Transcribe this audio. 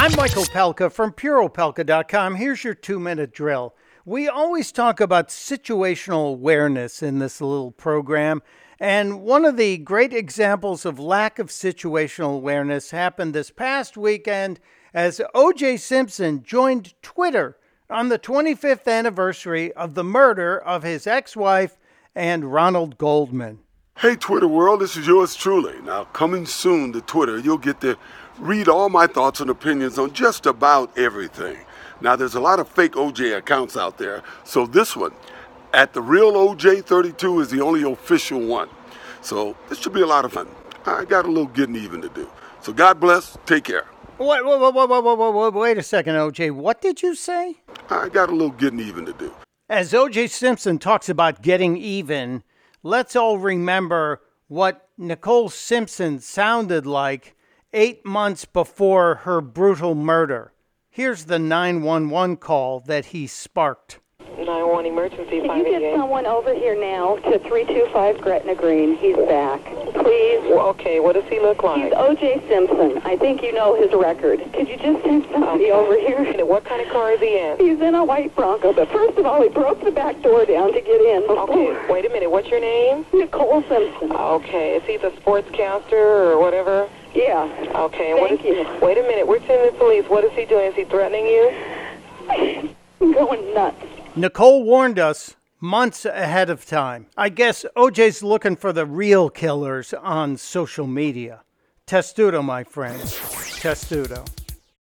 I'm Michael Palka from PuroPalka.com. Here's your two minute drill. We always talk about situational awareness in this little program, and one of the great examples of lack of situational awareness happened this past weekend as OJ Simpson joined Twitter on the 25th anniversary of the murder of his ex wife and Ronald Goldman. Hey, Twitter world, this is yours truly. Now, coming soon to Twitter, you'll get to read all my thoughts and opinions on just about everything. Now, there's a lot of fake OJ accounts out there, so this one, at the real OJ32, is the only official one. So, this should be a lot of fun. I got a little getting even to do. So, God bless, take care. Wait, wait, wait, wait, wait, wait, wait, wait a second, OJ. What did you say? I got a little getting even to do. As OJ Simpson talks about getting even, let's all remember what Nicole Simpson sounded like eight months before her brutal murder. Here's the 911 call that he sparked. 911 emergency Can you get 588. someone over here now to 325 Gretna Green? He's back. Please. Well, Okay, what does he look He's like? O.J. Simpson. I think you know his record. Could you just send somebody over here? And What kind of car is he in? He's in a white Bronco, but first of all, he broke the back door down to get in. Okay, Oh. wait a minute, what's your name? Nicole Simpson. Okay, is he the sportscaster or whatever? Yeah. Okay, and what is, Thank you. wait a minute, we're sending the police. What is he doing? Is he threatening you? I'm going nuts. Nicole warned us months ahead of time. I guess OJ's looking for the real killers on social media. Testudo, my friends. Testudo.